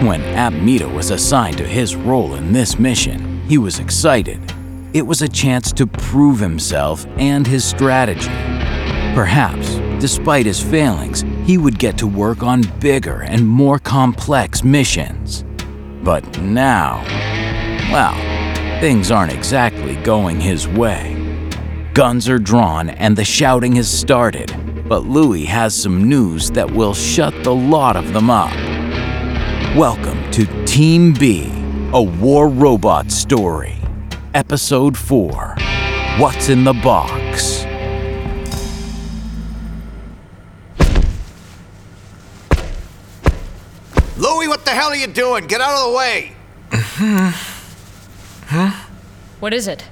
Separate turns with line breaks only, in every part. When Abmita was assigned to his role in this mission, he was excited. It was a chance to prove himself and his strategy. Perhaps, despite his failings, he would get to work on bigger and more complex missions. But now, well, things aren't exactly going his way. Guns are drawn and the shouting has started, but Louis has some news that will shut the lot of them up. Welcome to Team B, a war robot story, Episode 4 What's in the Box?
Louie, what the hell are you doing? Get out of the way!
What is it?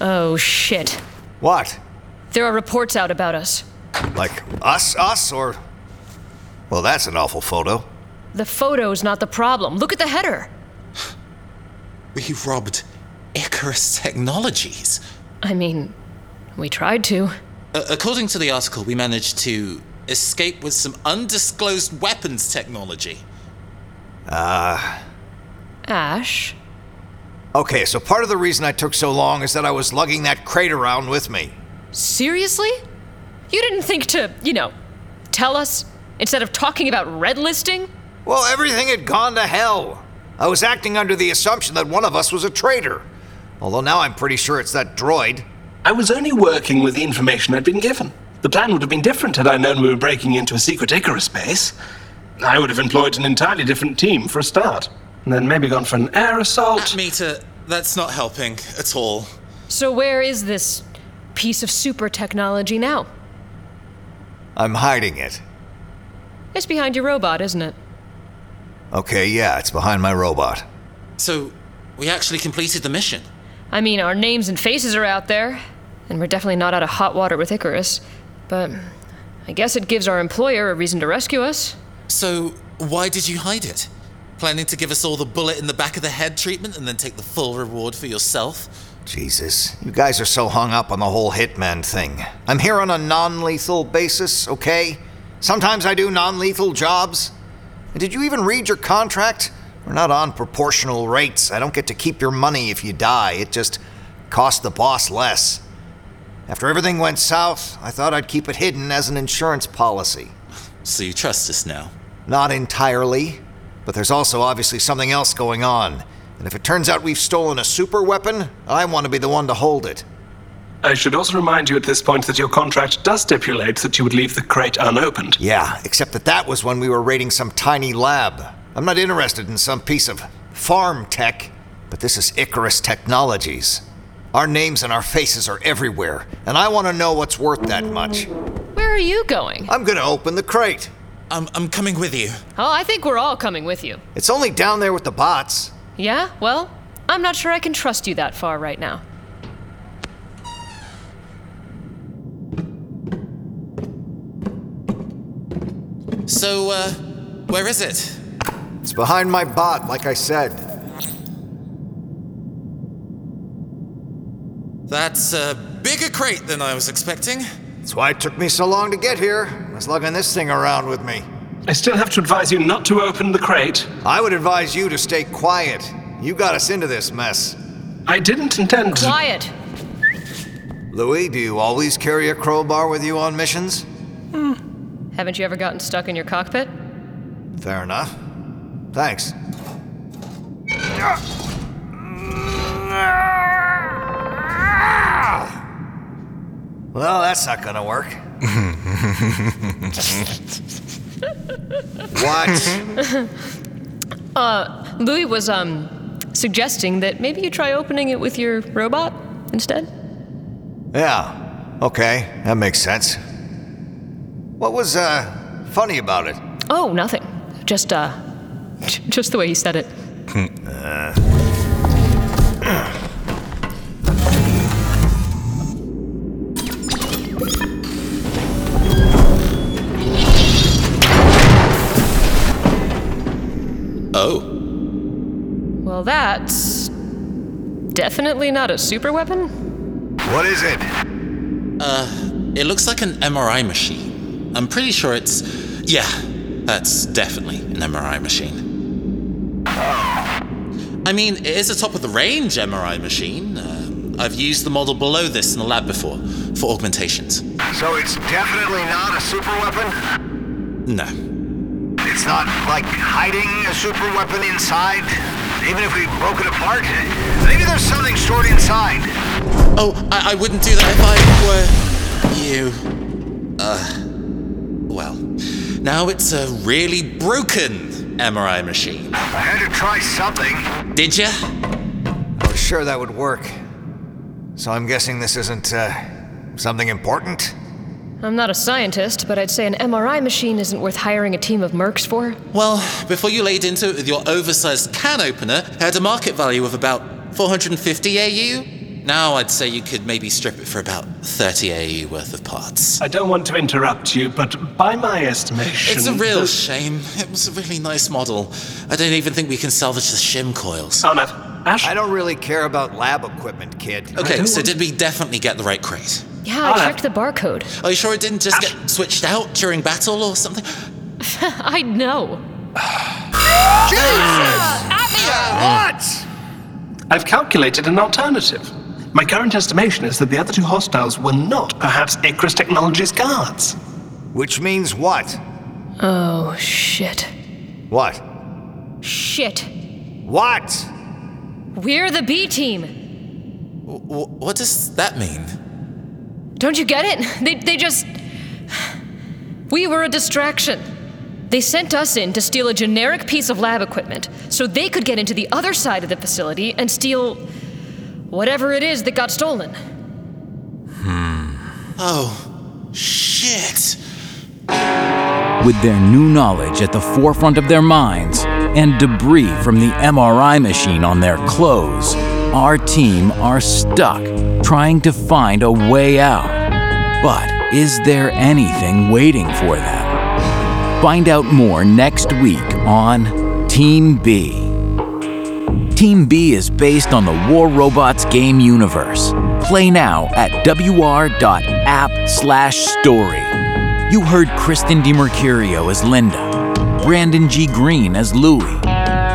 Oh, shit.
What?
There are reports out about us.
Like us, us, or. Well, that's an awful photo.
The photo is not the problem. Look at the header.
We robbed Icarus Technologies.
I mean, we tried to.
Uh, according to the article, we managed to escape with some undisclosed weapons technology.
Ash?
Okay, so part of the reason I took so long is that I was lugging that crate around with me.
Seriously? You didn't think to, you know, tell us instead of talking about red listing?
Well, everything had gone to hell. I was acting under the assumption that one of us was a traitor. Although now I'm pretty sure it's that droid.
I was only working with the information I'd been given. The plan would have been different had I known we were breaking into a secret Icarus base. I would have employed an entirely different team for a start, and then maybe gone for an air assault.
Meter, that's not helping at all.
So, where is this piece of super technology now?
I'm hiding it.
It's behind your robot, isn't it?
Okay, yeah, it's behind my robot.
So, we actually completed the mission.
I mean, our names and faces are out there, and we're definitely not out of hot water with Icarus, but I guess it gives our employer a reason to rescue us.
So, why did you hide it? Planning to give us all the bullet in the back of the head treatment and then take the full reward for yourself?
Jesus, you guys are so hung up on the whole hitman thing. I'm here on a non lethal basis, okay? Sometimes I do non lethal jobs. And did you even read your contract? We're not on proportional rates. I don't get to keep your money if you die, it just costs the boss less. After everything went south, I thought I'd keep it hidden as an insurance policy.
So, you trust us now?
Not entirely, but there's also obviously something else going on. And if it turns out we've stolen a super weapon, I want to be the one to hold it.
I should also remind you at this point that your contract does stipulate that you would leave the crate unopened.
Yeah, except that that was when we were raiding some tiny lab. I'm not interested in some piece of farm tech, but this is Icarus Technologies. Our names and our faces are everywhere, and I want to know what's worth that much.
Where are you going?
I'm going to open the crate.
I'm, I'm coming with you.
Oh, I think we're all coming with you.
It's only down there with the bots.
Yeah? Well, I'm not sure I can trust you that far right now.
So, uh, where is it?
It's behind my bot, like I said.
That's a bigger crate than I was expecting.
That's why it took me so long to get here. I was lugging this thing around with me.
I still have to advise you not to open the crate.
I would advise you to stay quiet. You got us into this mess.
I didn't intend to.
Quiet!
Louis, do you always carry a crowbar with you on missions?
Haven't you ever gotten stuck in your cockpit?
Fair enough. Thanks. Well, that's not gonna work. what?
Louis was, um, suggesting that maybe you try opening it with your robot instead?
Yeah. Okay, that makes sense. What was uh funny about it?
Oh, nothing. Just, uh, j- just the way you said it.
Oh.
Well, that's. definitely not a super weapon?
What is it?
It looks like an MRI machine. I'm pretty sure it's. Yeah, That's definitely an MRI machine. I mean, it is a top of the range MRI machine. Um I've used the model below this in the lab before for augmentations.
So it's definitely not a super weapon?
No.
It's not like hiding a super weapon inside? Even if we broke it apart? Maybe there's something stored inside.
Oh, I, I wouldn't do that if I were you. Uh, well, now it's a really broken MRI machine.
I had to try something.
Did ya?
I was Oh, sure that would work. So I'm guessing this isn't, uh, something important?
I'm not a scientist, but I'd say an MRI machine isn't worth hiring a team of mercs for.
Well, before you laid into it with your oversized can opener, it had a market value of about 450 AU. Now I'd say you could maybe strip it for about 30 AU worth of parts.
I don't want to interrupt you, but by my estimation.
It's a real
the-
shame. It was a really nice model. I don't even think we can salvage the shim coils.
Arnav, Ash,
I don't really care about lab equipment, kid.
Okay,
don't
so
want-
did we definitely get the right crate?
Yeah, I
Alright.
checked the barcode.
Are you sure it didn't just get switched out during battle or something?
I know.
What?
I've calculated an alternative. My current estimation is that the other two hostiles were not perhaps Icarus Technologies guards.
Which means what?
Oh, shit.
What?
Shit.
What?
We're the B team.
W- w- what does that mean?
Don't you get it? They, they just. We were a distraction. They sent us in to steal a generic piece of lab equipment so they could get into the other side of the facility and steal. whatever it is that got stolen.
Oh, shit.
with their new knowledge at the forefront of their minds and debris from the MRI machine on their clothes, our team are stuck trying to find a way out. But is there anything waiting for them? Find out more next week on Team B. Team B is based on the War Robots game universe. Play now at wr.app/story. You heard Kristen DiMercurio as Linda, Brandon G. Green as Louie,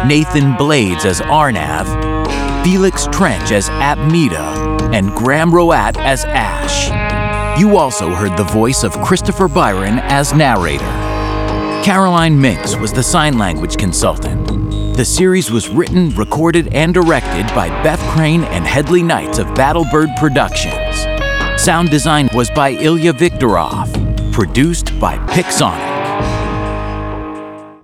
Nathan Blades as Arnav, Felix Trench as Apmita, and Graham Roat as Ash. You also heard the voice of Christopher Byron as narrator. Caroline Minks was the sign language consultant. The series was written, recorded, and directed by Beth Crane and Headley Knights of Battlebird Productions. Sound design was by Ilya Viktorov, produced by Pixonic.